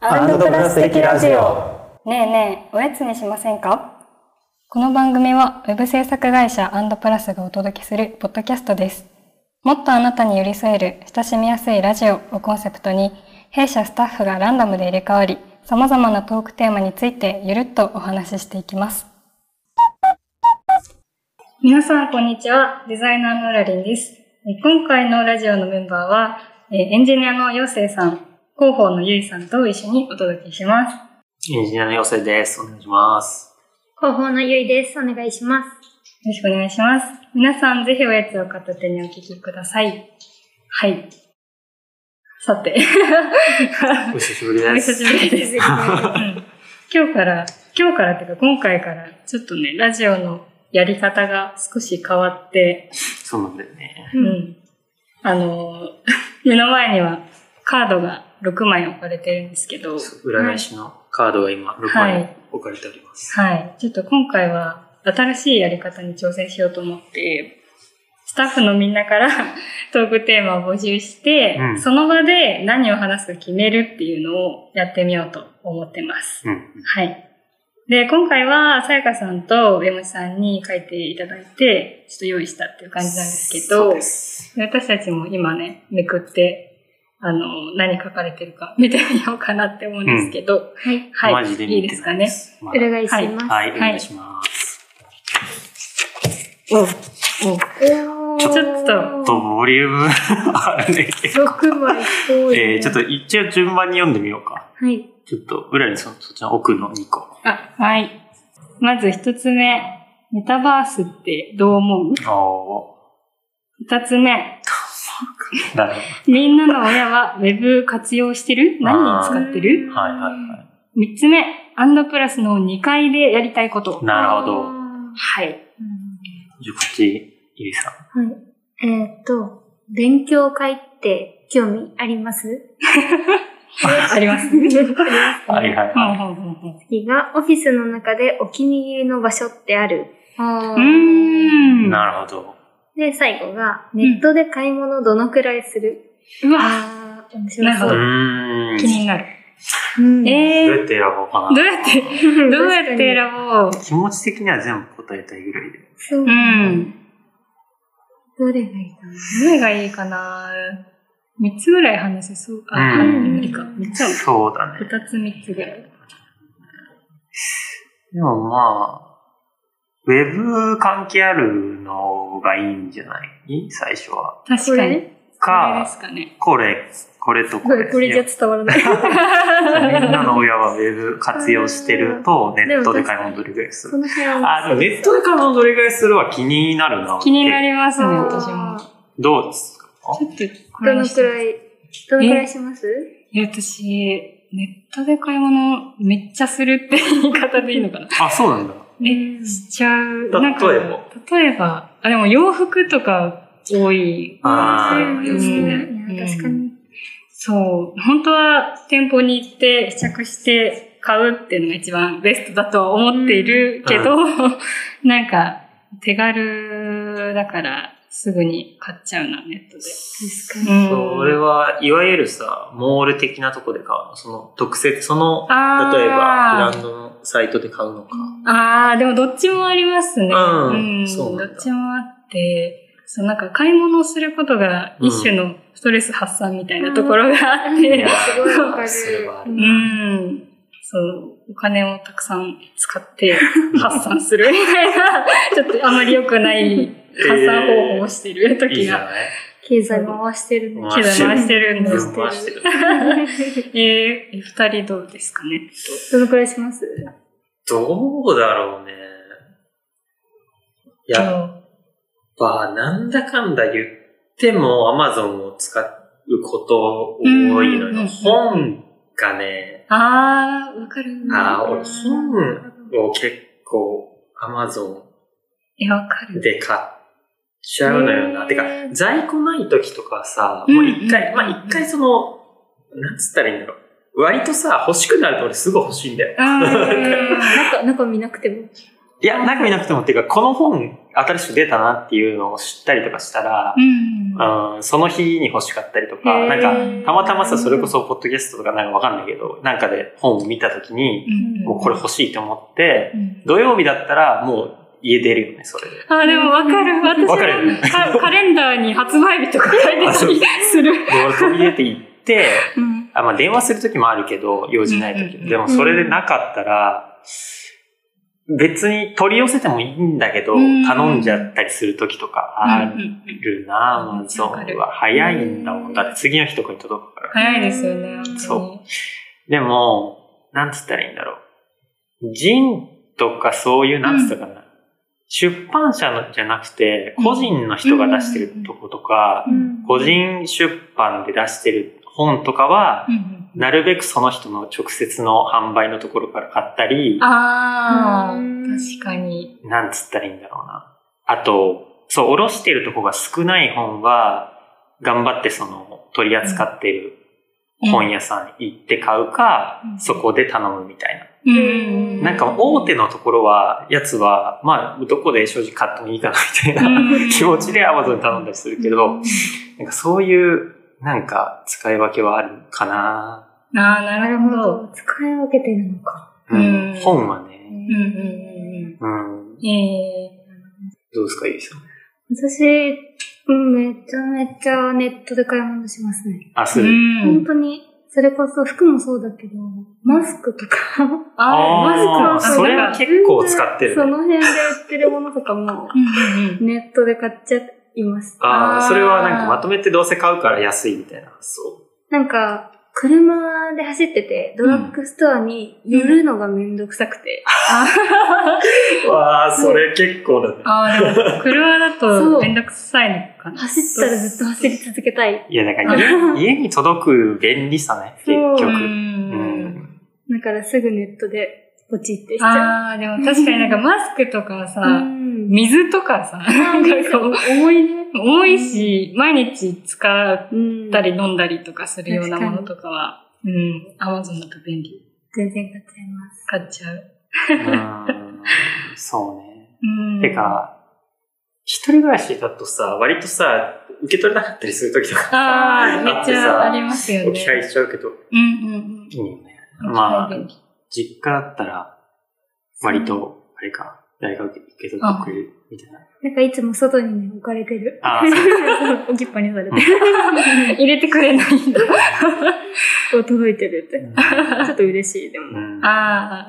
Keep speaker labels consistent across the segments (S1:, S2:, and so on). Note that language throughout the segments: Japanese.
S1: アンドプラス的ラジオ。
S2: ねえねえ、おやつにしませんかこの番組は、ウェブ制作会社アンドプラスがお届けするポッドキャストです。もっとあなたに寄り添える、親しみやすいラジオをコンセプトに、弊社スタッフがランダムで入れ替わり、様々なトークテーマについてゆるっとお話ししていきます。皆さん、こんにちは。デザイナーのうらりんです。えー今回のラジオのメンバーは、えーエンジニアの陽生さん、広報のゆいさんと一緒にお届けします。
S1: エンジニアの養成です。お願いします。
S3: 広報のゆいです。お願いします。
S2: よろしくお願いします。皆さん、ぜひおやつを片手にお聞きください。はい。さ て、
S1: お久しぶり
S2: お
S1: で
S2: 久し
S1: す。
S2: ぶりです。うん今日から、今日からっていうか、今回から、ちょっとね、ラジオのやり方が少し変わって、
S1: そうなんだよね。
S3: う
S2: う。ん。あの、 目の前にはカードが6枚置かれてるんですけど、
S1: 裏返しのカードが今6
S2: はい
S1: 枚置かれております。
S2: はい。ちょっと今回は新しいやり方に挑戦しようと思って、スタッフのみんなから トークテーマを募集して、
S1: うん
S2: その場で何を話すか決めるっていうのをやってみようと思ってます。
S1: うん。
S2: はい。で、今回はさやかさんと上虫さんに書いていただいて、ちょっと用意したっていう感じなんですけ
S1: そ
S2: ど
S1: う、です。
S2: 私たちも今ね、めくって、あの、何書かれてるか見てみようかなって思うんですけど、
S3: はい。
S2: はい。
S1: マジで
S2: いい
S1: 見
S2: で
S1: て
S2: すか
S1: ないで
S2: ね。
S1: す。まだ
S3: 裏返します。
S1: はい、お願いします。
S2: おうおう
S3: おー
S2: ちょっと
S1: と、ボリュームあるね。
S3: 6枚多い、
S1: えー、ちょっと一応順番に読んでみようか。
S3: はい。
S1: ちょっと、裏にそそっちの奥の2個。
S2: あ、はい。まず一つ目、メタバースってどう思う
S1: お
S2: 二つ目、
S1: ー。なるほ
S2: みんなの親はウェブ活用してる何に使ってる
S1: ど。はいはいは
S2: 三つ目、アンドプラスの2階でやりたいこと
S1: い。。なるほど。
S2: はい。
S1: じゃあこっち、ゆいさん。
S3: はい。えーっと、勉強会って興味あります
S2: あります。
S1: はいはい
S2: ほう
S1: はい。
S2: ほうほうほう
S3: 次が、オフィスの中でお気に入りの場所ってある。
S2: うーん。
S1: なるほど。
S3: で、最後が、ネットで買い物どのくらいする、
S2: うわ、
S3: ああ、面白
S1: う
S3: そ
S2: な
S3: う。
S1: ーん。
S2: 気になる。
S3: うん
S1: ど
S2: え
S1: うや
S2: ー
S1: って選ぼうか
S2: ど
S1: な
S2: う。やって、どうやって選ぼう
S1: 気持ち的には全部答えたいぐらいで。
S3: そう
S2: うん。
S3: どれがいいかな
S2: どれがいいかな三つぐらい話せそう。あ、
S1: うん
S2: 無理か。三つは
S1: そうだね。
S2: 二つ三つぐらい。
S1: でもまあ、ウェブ関係あるのがいいんじゃない最初は。
S2: 確かに。これで
S1: か
S2: す、か ね。
S1: これ、これとこれ。
S3: ゃ伝わらない。
S1: いやみんなの親はウェブ活用してると、ネットで買い物どれぐらいす
S3: そ
S1: る
S3: の辺は。
S1: あ、でもネットで買い物どれぐらいするは気になるな。
S2: 気になりますね、
S3: あー
S2: 私も。ち
S1: どうですか
S2: ょっと、こ
S3: ど
S2: れ
S3: の
S2: にし
S3: く
S2: て
S3: らい、どのくらいします
S2: いや、私、ネットで買い物めっちゃするって言い方でいいのかな。
S1: あ、そうなんだ。
S3: うん
S2: しちゃう。
S1: 例えば
S2: なんか例えば、あ、でも洋服とか多い。
S1: あー
S3: うん
S1: いい
S2: ですね
S3: いや確かに。
S2: そう。本当は店舗に行って試着して買うっていうのが一番ベストだとは思っているけど、 なんか手軽だからすぐに買っちゃうな、ネットで。
S3: 確かに。
S2: うん
S1: それはいわゆるさ、モール的なとこで買うの。その特設、その、
S2: あー
S1: 例えばブランドのサイトで買うのか。
S2: ああ、でもどっちもありますね。
S1: うんそう
S2: ど
S1: なんだ
S2: っちもあって、そう、なんか買い物をすることが一種のストレス発散みたいなところがあっ
S3: うん
S1: い
S2: て
S1: や、
S3: すごいわかる
S1: それはある
S2: う。ん。そう、お金をたくさん使 って発散するみたいな、ちょっとあまり良くない発散方法をしてる
S1: いい
S2: 時
S1: じゃ
S2: が、
S1: ない
S3: 経済回してるね。
S1: うん
S2: 経済回してるんで
S1: 回
S2: す
S1: し
S2: け
S1: て
S2: ど
S1: る。して
S2: え
S1: る。
S2: ー、二人どうですかね。
S3: どのくらいします
S1: どうだろうね。やっ
S2: あ
S1: ぱ、なんだかんだ言っても、アマゾンを使うこと多いの
S2: うんうんうん
S1: よ。本がね、
S2: あー、わかる
S1: あー
S2: な。
S1: 俺本を結構、アマゾン
S2: え、わかる。
S1: で買っちゃうのよ
S3: へ
S1: な。
S3: ー
S1: てか、在庫ない時とかさ、
S2: うん
S1: もう一回、
S2: うん
S1: まあ一回その、なんつったらいいんだろう。割とさ、欲しくなると俺すぐ欲しいんだよ。
S2: あー
S3: 中、中見なくても。
S1: いや、中見なくてもっていうか、この本新しく出たなっていうのを知ったりとかしたら、
S3: うん。
S1: うん、その日に欲しかったりとか、
S3: へー
S1: なんか、たまたまさ、それこそ、ポッドキャストとかなんかわかんないけど、なんかで本を見たときに、
S3: うん
S1: もうこれ欲しいと思って、
S3: うん
S1: 土曜日だったら、もう家出るよね、それで。
S2: あ、でもわかる。私
S1: わかるよね
S2: はカカレンダーに発売日とか書いてた
S1: あ そう
S2: りする。
S1: で、俺飛び出て 行って、
S2: うん。
S1: あまあ、電話するときもあるけど、用事ないとき、
S2: うんうんうん
S1: でも、それでなかったら、別に取り寄せてもいいんだけど、
S2: うん
S1: 頼んじゃったりするときとかあ
S2: うんうんうん
S1: るな、
S2: うん
S1: マゾ
S2: わか
S1: ン
S2: る
S1: は。早いんだもん。だって次の日とかに届くから。
S2: 早いですよね。本当に
S1: そでも、なんつったらいいんだろう。ジンとかそういう、なんつったかな。出版社のじゃなくて、個人の人が出してるとことか、
S3: うん
S1: 個人出版で出してる本とかは
S2: う、んうん
S1: なるべくその人の直接の販売のところから買ったり、
S2: ああ、
S3: うん
S2: 確かに。
S1: なんつったらいいんだろうな。あと、そう、おろしてるとこが少ない本は、頑張ってその取り扱ってる本屋さん行って買うか、
S2: うん
S1: そこで頼むみたいな。
S2: うん
S3: ん
S1: なんか大手のところは、やつは、まあ、どこで正直買ってもいいかなみ たいな気持ちで Amazon に頼んだりするけど、なんかそういう、なんか使い分けはあるかな。
S2: ああ、な
S3: な
S2: る
S3: る
S2: ほ
S3: ほ
S2: ど。
S3: ど。使い分けてるのか。
S1: うん
S2: うん
S1: 本はね、
S2: うんうんうん
S1: うん、
S2: うん。ええ
S1: どうですか、ゆいさん。
S3: 私、うんめちゃめちゃネットで買い物しますね。
S1: あ、す
S2: う
S1: る。
S2: ん
S3: 本。当に、それこそ服もそうだけど、マスクとか、
S2: あ
S1: ー
S2: あ、マスク
S1: それは
S2: なんか
S1: 結構使って
S3: そ
S1: る、ね。
S3: の辺で売ってるものとかも、
S2: うんうんうん
S3: ネットで買っちゃいます。
S1: あ
S2: あー
S1: あ、それはなんかまとめてどうせ買うから安いみたいな。そ
S3: なんか、車で走ってて、ドラッグストアに寄るのがめんどくさくて。
S1: う。わあ、それ結構だね。
S2: ああ、でも、車だ
S3: そ
S2: と
S3: う
S2: めんどくさいのかな。
S3: 走ったらずっと走り続けたい。
S1: いや、なんか 家家に届く便利さね、結
S3: そう
S2: う
S1: 局。
S2: ん。
S3: だからすぐネットでポチってしちゃう。
S2: ああ、でも確かになんかマスクとか
S3: う
S2: さ、
S3: ん
S2: 水とかさ、
S3: あ
S2: なん
S3: ー
S2: かこう、
S3: 重いね。
S2: 多いし、毎日使っ
S3: うん
S2: たり飲んだりとかするようなものとかは、うん、アマゾンだと便利。
S3: 全然買っちゃいます。
S2: 買っちゃう。
S1: うん、そうね。
S2: うん。
S1: て。か、一人暮らしだとさ、割とさ、受け取れなかったりするときとかさ、
S2: ああ、めっちゃありますよね。
S1: 置き配しちゃうけど、
S2: うんうんうん。
S1: いいよね。まあ
S2: 置き配便利
S1: 実家だったら、割と、あれか、誰か受け取ってくれるみたいな。
S3: なんかいつも外にね、置かれてる。
S1: あー
S3: そう 置きっぱにされて
S1: うん
S3: る。
S2: 入れてくれない んだ。
S3: こう届いてるって。ちょっと嬉しい、で
S1: う
S3: も。
S1: ん
S2: ああ。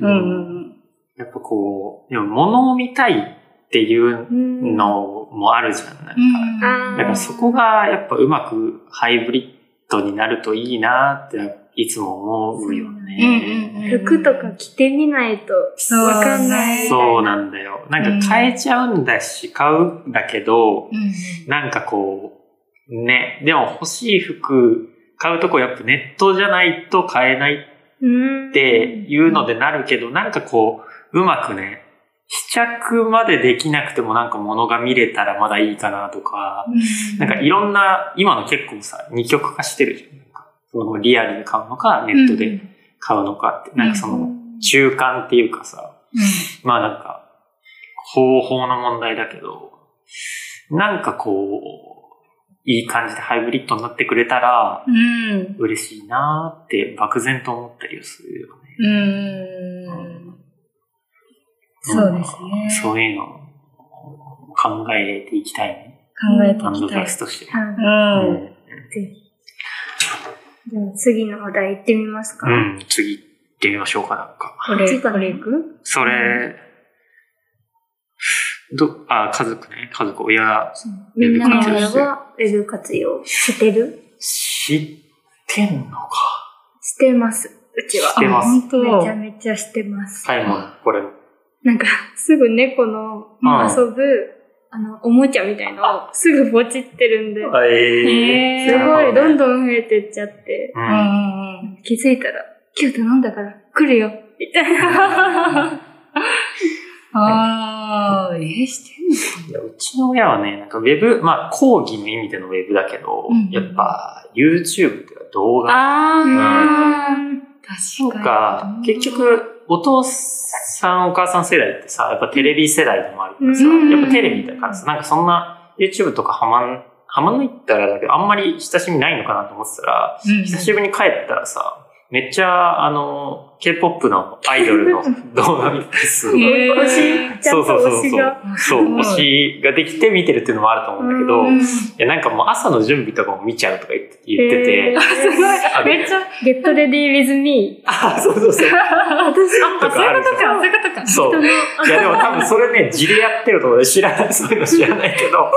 S2: うんうんうん。
S1: やっぱこう、でも物を見たいっていう
S3: うん。
S1: のもあるじゃん。なんか、
S2: うん
S3: あー
S1: だからそこがやっぱうまくハイブリッドになるといいなっていつも思うよね。
S2: うんうんうん
S3: 服とか着てみないと
S2: そう
S3: わかんないみたいな。
S1: そうなんだよ。なんか買えちゃうんだし、買うんだけど、
S2: うん
S1: なんかこう、ね、でも欲しい服買うとこやっぱネットじゃないと買えない
S3: うん。
S1: っていうのでなるけど、なんかこう、うまくね、試着までできなくてもなんか物が見れたらまだいいかなとか、なんかいろんな、今の結構さ、二極化してるじゃん。なんかそのリアルで買うのか、ネットで買うのかって、なんかその中間っていうかさ、まあなんか、方法の問題だけど、なんかこう、いい感じでハイブリッドになってくれたら
S2: うん。うん。
S1: 嬉しいなーって漠然と思ったりするよね。
S2: うん。そうですね。
S1: そういうのを考えていきたいね。
S2: 考えて
S1: バンド
S2: いき
S1: プ
S2: たい
S1: ラ。スとして。
S3: は
S2: う。
S3: い
S1: うんん。
S3: じゃあ次の話題行ってみますか。
S1: うん、次行ってみましょうか、なんか。
S2: こ
S3: こっち
S2: れ、
S3: か
S2: こ
S3: ら
S2: れ
S3: 行。く
S1: それ、ど、あ、家族ね。家族、親、
S3: みんなの親はウェブ活用してる
S1: 知ってんのか。
S3: してます。うちは。
S1: 知ってます
S2: あ本当。
S3: めちゃめちゃしてます。
S1: 最後の、これ。
S3: なんか、すぐ猫の
S1: うん
S3: 遊ぶ、あの、おもちゃみたいのをすぐポチってるんで、
S1: え
S2: へ
S3: すごい、どん
S1: ん。
S3: どん増えてっちゃって、
S1: う。
S2: うんんうん
S3: 気づいたら、今日頼んだから来るよ、みたいな。
S2: うん。ああ、えー、してんの
S1: いやうちの親はね、なんかウェブ、まあ、講義の意味でのウェブだけど、
S2: うん
S1: やっぱ、YouTube っていうか動画
S2: あ
S1: ー
S2: あ、確
S1: が、結、局、お父さんお母さん世代ってさ、やっぱテレビ世代でもあるからさ、
S3: うん
S1: やっぱテレビだからさ、なんかそんな YouTube とかハマん、ハマんないったらだけど、あんまり親しみないのかなと思ってたら、
S2: うん
S1: 久しぶりに帰ったらさ、めっちゃ、あの、K-POP のアイ ドルの動画見たりするの
S2: へー
S3: 推し、ちゃんと推しが。
S1: そう、推しができて見てるっていうのもあると思うんだけど、
S3: うん
S1: いやなんかもう朝の準備とかも見ちゃうとか言って言って
S3: え
S1: て
S3: ー、
S2: すごい。
S1: あ
S2: めっちゃ、
S3: ゲットレディー with me。
S1: あ、そうそうそう。
S2: あ、
S1: とかあるじゃん
S2: そういうことか。
S1: そう。いやでも多分それね、地でやってると思う。知らない、そういうの知らないけ ど、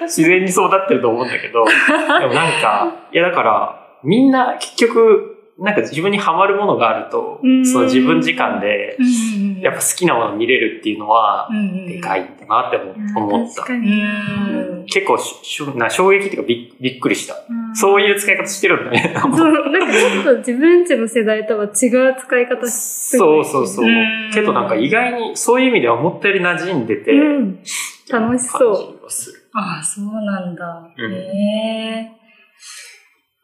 S1: 自然にそうなってると思うんだけど、でもなんか、いやだから、みんな結局、なんか自分にハマるものがあると
S3: う、ん
S1: その自分時間で、
S2: うん
S1: やっぱ好きなもの見れるっていうのは、
S2: うん
S1: でかいんだなって思思った
S3: 確。か
S2: う
S3: に。
S2: ん。
S1: 結構ししょな衝撃っていうかびっびっくりした。
S3: うん
S1: そういう使い方してるんだね。
S3: そう、なんかちょっと自分ちの世代とは違う使い方してる
S1: そうそうそう
S2: うん。
S1: けどなんか意外にそういう意味では思ったより馴染んでて、
S3: うん。楽しそう。
S1: う。する。
S2: ああ、そうなんだ。
S1: うん
S2: へえ。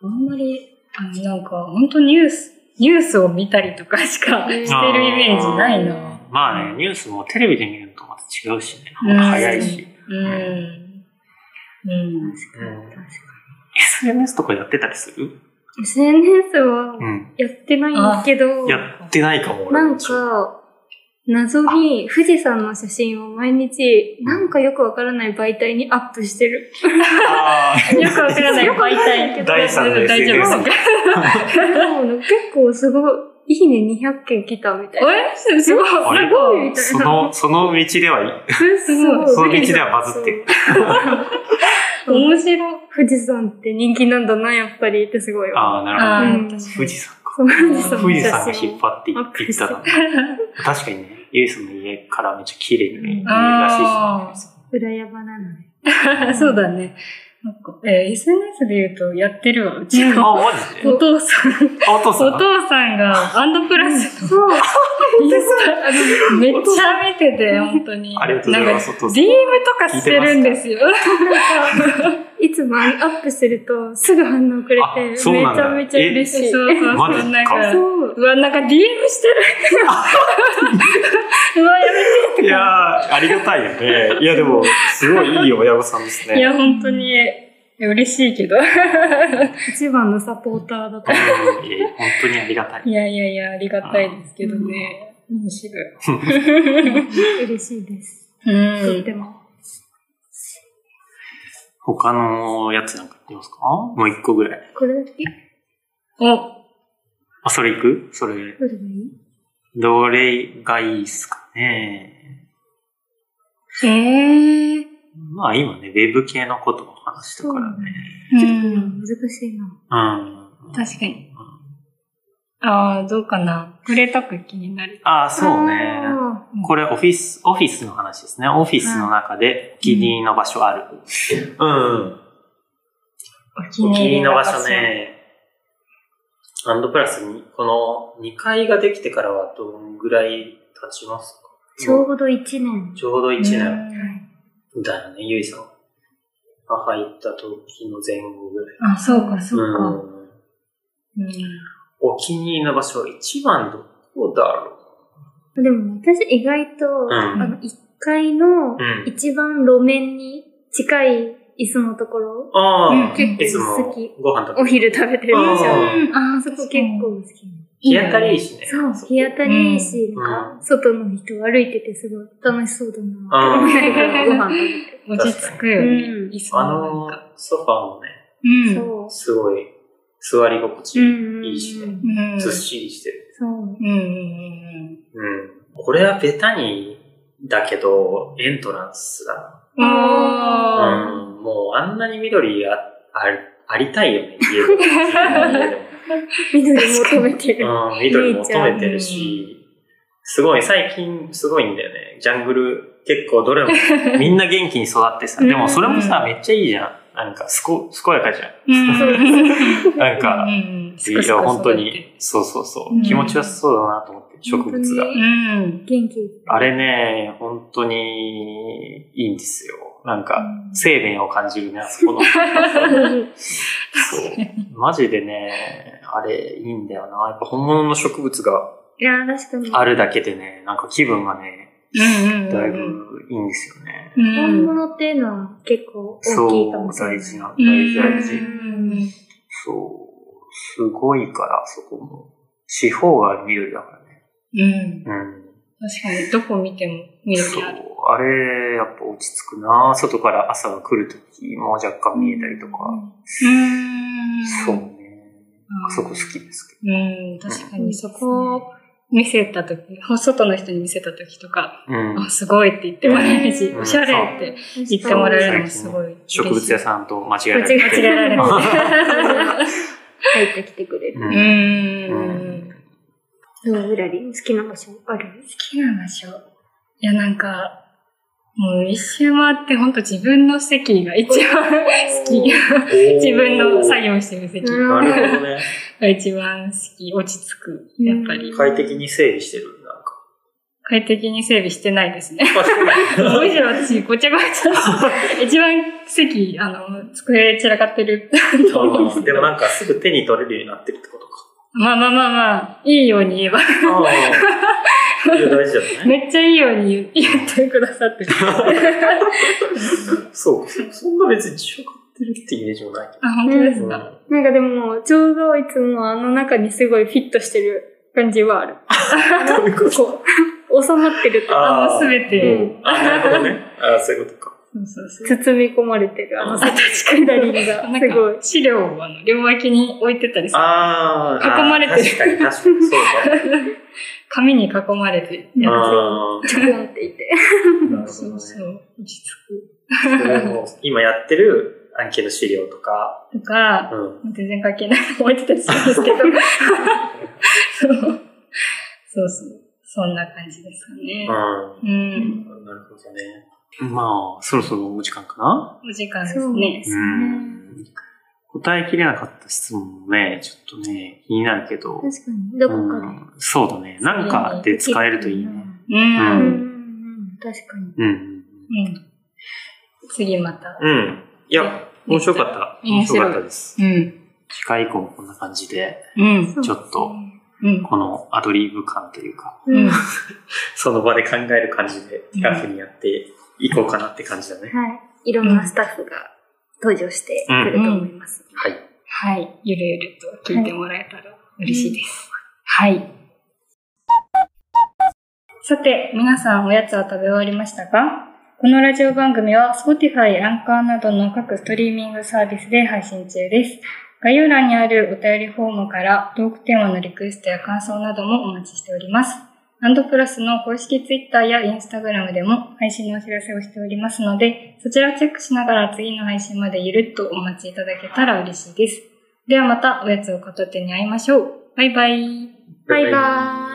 S2: あんまり、あの、なんか、本当ニュース、ニュースを見たりとかしか
S3: うん
S2: してるイメージないな。
S1: まあね、ニュースもテレビで見るのとまた違うしね。
S2: うん
S1: 早いし。
S2: うん。うん。
S1: うん、SNS とかやってたりする
S3: SNS は
S1: うん。
S3: やってないけど、
S1: やってないかも。俺
S3: なん、か、謎に富士山の写真を毎日、なんかよくわからない媒体にアップしてる。
S1: あー
S2: よくわからない媒体
S3: けど
S1: 第三の
S2: 大丈夫
S1: SNS みたい
S3: でも結構すごい、いいね200件来たみたいな。
S2: えすごい、すごい
S1: あれ。
S3: ごい
S1: な。その、その道ではいい。
S3: すごい。
S1: その道ではバズってる。
S3: そう。
S2: 面白い。
S3: 富士山って人気なんだな、やっぱりってすごいわ。
S1: ああ、な
S2: あ
S1: る
S3: う
S2: あ
S3: ん
S2: 確か
S1: ほど。
S2: に
S1: 富士山か。
S3: そう富士山
S1: 富士山が
S3: の写
S1: 引
S3: 真。
S1: っ張っていいったら。確かにね、ユイスの家からめっちゃ綺麗に見えるらしいし。
S3: 裏山なので。
S2: あそうだね。なんか、えー SNS で言うとやってるわ、うちの。
S1: あ、マジで
S2: お父さん、
S1: あお父さん
S2: お父さんが、アンドプラスの
S3: そう。
S2: インスタ、めっちゃ見てて、本当に。
S1: ありがとうございます、お
S2: な
S1: 父
S2: ん
S1: さ
S2: か、
S1: ん
S2: DM。とかしてるんですよ。
S3: いつもアップするとすぐ反応くれて、め
S1: あ
S3: ち
S1: そうなんだ
S3: ゃめちゃ嬉しい。
S2: そうそう
S1: マ
S2: そ
S1: ジ
S2: う、
S1: か
S2: なんか、
S3: そう。
S2: うわ、なんか DM して る。うわ、やめ
S1: いやー、ありがたいよね。いや、でも、すごいいい親御さんです
S2: て。い
S1: ね。
S2: や、本当に、嬉しいけど。
S3: 一番のサポーターだと。
S1: うんいや本当にありがたい。
S2: いやいやいや、ありがたいですけどね。面白い。
S3: 嬉しいです。
S2: う
S3: とっても。
S1: 他のやつなんか言ってますかもう一個ぐらい。
S3: これだけ
S2: お、
S1: あ、それいくそれ、
S3: どれがいい
S1: どれがいいっすかね。
S2: ええ
S1: まあ今ね、ウェブ系のことの話だからね。
S3: ちょっと今難しいな。
S1: うん。
S2: 確かに。ああ、どうかな。これとか気になる。
S1: ああ、そうね。
S3: あ
S2: うん
S1: これオフィス、オフィスの話ですね。オフィスの中でお気に入りの場所ある。うん
S2: お
S1: お気に入りの場所。ね。アンドプラスに、この2階ができてからはどんぐらい経ちますか
S3: ーちょうど1年。
S1: ちょうど1年
S2: 年。
S1: だよね、ゆいさんが入った時の前後ぐらい。
S2: あ、そうか、そううか。
S1: ん
S2: うん。
S1: お気に入りの場所は一番どこだろ
S3: でも私意外と、
S1: ん
S3: あの、1階の
S1: ううん。
S3: 一番路面に近い椅子のところ、
S1: ああ、
S2: うん
S1: いつ
S3: 結
S1: も
S3: 構好き。
S1: ご飯食べ
S3: お
S1: て
S3: 昼食べてるでしょ。
S1: うん
S3: ああ、そこ結構好き。
S1: 日当たりいいしね。
S3: そう、日当たりいいし、
S1: うん
S3: なんか、外の人歩いててすごい楽しそうだな
S1: あ
S3: って思いながらご
S2: ー
S3: 飯食べて。
S2: 落ち着くよね
S3: う。ん
S2: 椅子
S1: あ
S2: も
S1: の
S2: なんか。
S1: ソファーもね、
S2: うん。
S3: そ
S1: すごい座り心
S3: う。
S1: 地
S3: うん
S1: いいしね
S2: うん。
S1: ずっしりしてる。
S3: そう。
S2: うんうんうん
S1: うん。これはベタに、だけど、エントランスだ
S2: うん。
S1: な。
S2: あ
S1: うん。もう、あんなに緑あ、ありありたいよね、 家でも。自分の家で
S3: 緑求めてる。
S1: も。うん、緑求めてるし、すごい、最近すごいんだよね。ジャングル、結構どれも、 みんな元気に育ってさ。
S3: うん
S1: でもそれもさ、めっちゃいいじゃん。なんか、すこ、健やかじゃ
S2: ー。うん。
S1: ん。なんか、いや、本当に、そうそうそうう。
S2: ん
S1: 気持ちよさそうだなと思って、植物が。
S3: 本当
S2: う
S3: に
S2: ん。
S3: 元気。
S1: あれね、本当にいいんですよ。なんか、
S3: うん
S1: 生命を感じるね、あそこの。 そう。マジでね、あれいいんだよな。やっぱ本物の植物が
S3: いや、確かに。
S1: あるだけでね、なんか気分がね、
S2: うんうん。
S1: だい。ぶいいんですよね。
S2: う
S3: 本
S2: ん。
S3: 物っていうのは結構
S1: そ
S3: 大きいかも
S1: う、
S3: しれない。
S1: 大事な、大事大
S2: う
S1: 事。
S2: ん。
S1: そう、すごいから、そこも。四方が緑だからね。
S2: うん。
S1: うん。
S2: 確かに、どこ見ても
S1: そ
S2: 緑
S1: う
S2: ある。。
S1: あれ、やっぱ落ち着くな外から朝が来るときも若干見えたりとか。
S2: うん。
S1: そうね。
S2: ん
S1: そこ好きですけど。
S2: うん、確かにそこを見せたとき、外の人に見せたときとか、
S1: うん。
S2: あ、すごいって言ってもらえるし、
S1: うん
S2: おしゃれって言ってもらえるのもすごい嬉しい。
S1: 植物屋さんと間違えら
S2: 間
S1: れて。
S2: 違えられる。
S3: 入ってきてくれる。
S1: うん
S2: う。
S1: うん
S2: 好
S1: ん
S3: どうぐらい好きな場所ある
S2: きな場所。いや、なんか、もう一周回って本当自分の席が一番好き。自分の作業してる席
S3: なる
S1: なるほどね。
S2: が一番好き。落ち着く。やっぱり。
S1: 快適に整理してるんだ。なんか
S2: 快適に整備してないですね。
S1: あそうなんだ
S2: むしろ私、ごちゃごちゃ。一番席、あの、机散らかってると思うんですけ
S1: で
S2: ど
S1: もなんかすぐ手に取れるようになってるってことか。
S2: まあまあまあまあ、いいように言えば。
S1: ああ。いや大事じゃない
S2: めっちゃいいように言言ってくださってる。
S1: そうかそんな別に散らかってるってイメージもないけ
S2: あ、本当です
S1: ど。
S2: か。
S1: う
S3: なんかでも、ちょうどいつもあの中にすごいフィットしてる感じはある。
S1: ん どういうこと
S3: こう、収まってると
S2: あの、
S1: ー
S2: すべ
S1: う
S2: て。
S1: んあ、なるほどね。あーそういうことか。
S2: そうそうそう。
S3: 包み込まれてる。あの、
S1: あー
S3: 確かに。が
S2: なん
S3: すごい
S2: か、。資料をあの両脇に置いてたりす る。
S1: あーあー。
S2: 囲まれてる
S1: 確かに、確かに。そう か。
S2: 紙に囲まれてやる。
S1: あ
S3: チョコンっていて。
S1: ーなるほ
S2: そ
S1: ど
S2: う
S1: ね。
S2: そう。落ち着
S1: それも今やってるアンケート資料とか、
S2: く。とか、
S1: うん。
S2: 全然関係ないの置いてたりするんですけど。そうそうそう。そんな感じですかね。
S1: う
S2: うん。
S1: ん。なるほどね。まあ、そろそろお時間かな
S2: お時間ですね。
S3: そう
S1: うん。答えきれなかった質問もね、ちょっとね、気になるけど。
S3: 確かに。どこ
S1: う
S3: か
S1: ん、そうだね。なんかで使えるといいね。
S2: う。
S3: で。うんんうんん。確かに。
S1: う
S2: う
S1: ん。
S2: ん。次また。
S1: うん。いや、面白かった。面
S2: 面白い
S1: 白かったです。
S2: うん。
S1: 次回以降もこんな感じで、
S2: うん。
S1: ちょっと、
S2: うん。
S1: このアドリブ感というか、
S3: うん。
S2: うん
S3: は
S1: その場で考える感じで、ラフにやっていこうかなって感じだね。
S3: い。いろんなスタッフが登場してくると思います。
S1: はい。
S2: はい。ゆるゆると聞いてもらえたら嬉しいです。はい。さて、皆さんおやつは食べ終わりましたかこのラジオ番組は Spotify、アンカーなどの各ストリーミングサービスで配信中です。概要欄にあるお便りフォームからトークテーマのリクエストや感想などもお待ちしております。アンドプラスの公式 Twitter や Instagram でも配信のお知らせをしておりますので、そちらをチェックしながら次の配信までゆるっとお待ちいただけたら嬉しいです。ではまたおやつを片手に会いましょう。バイバイ。
S3: バイバーイ。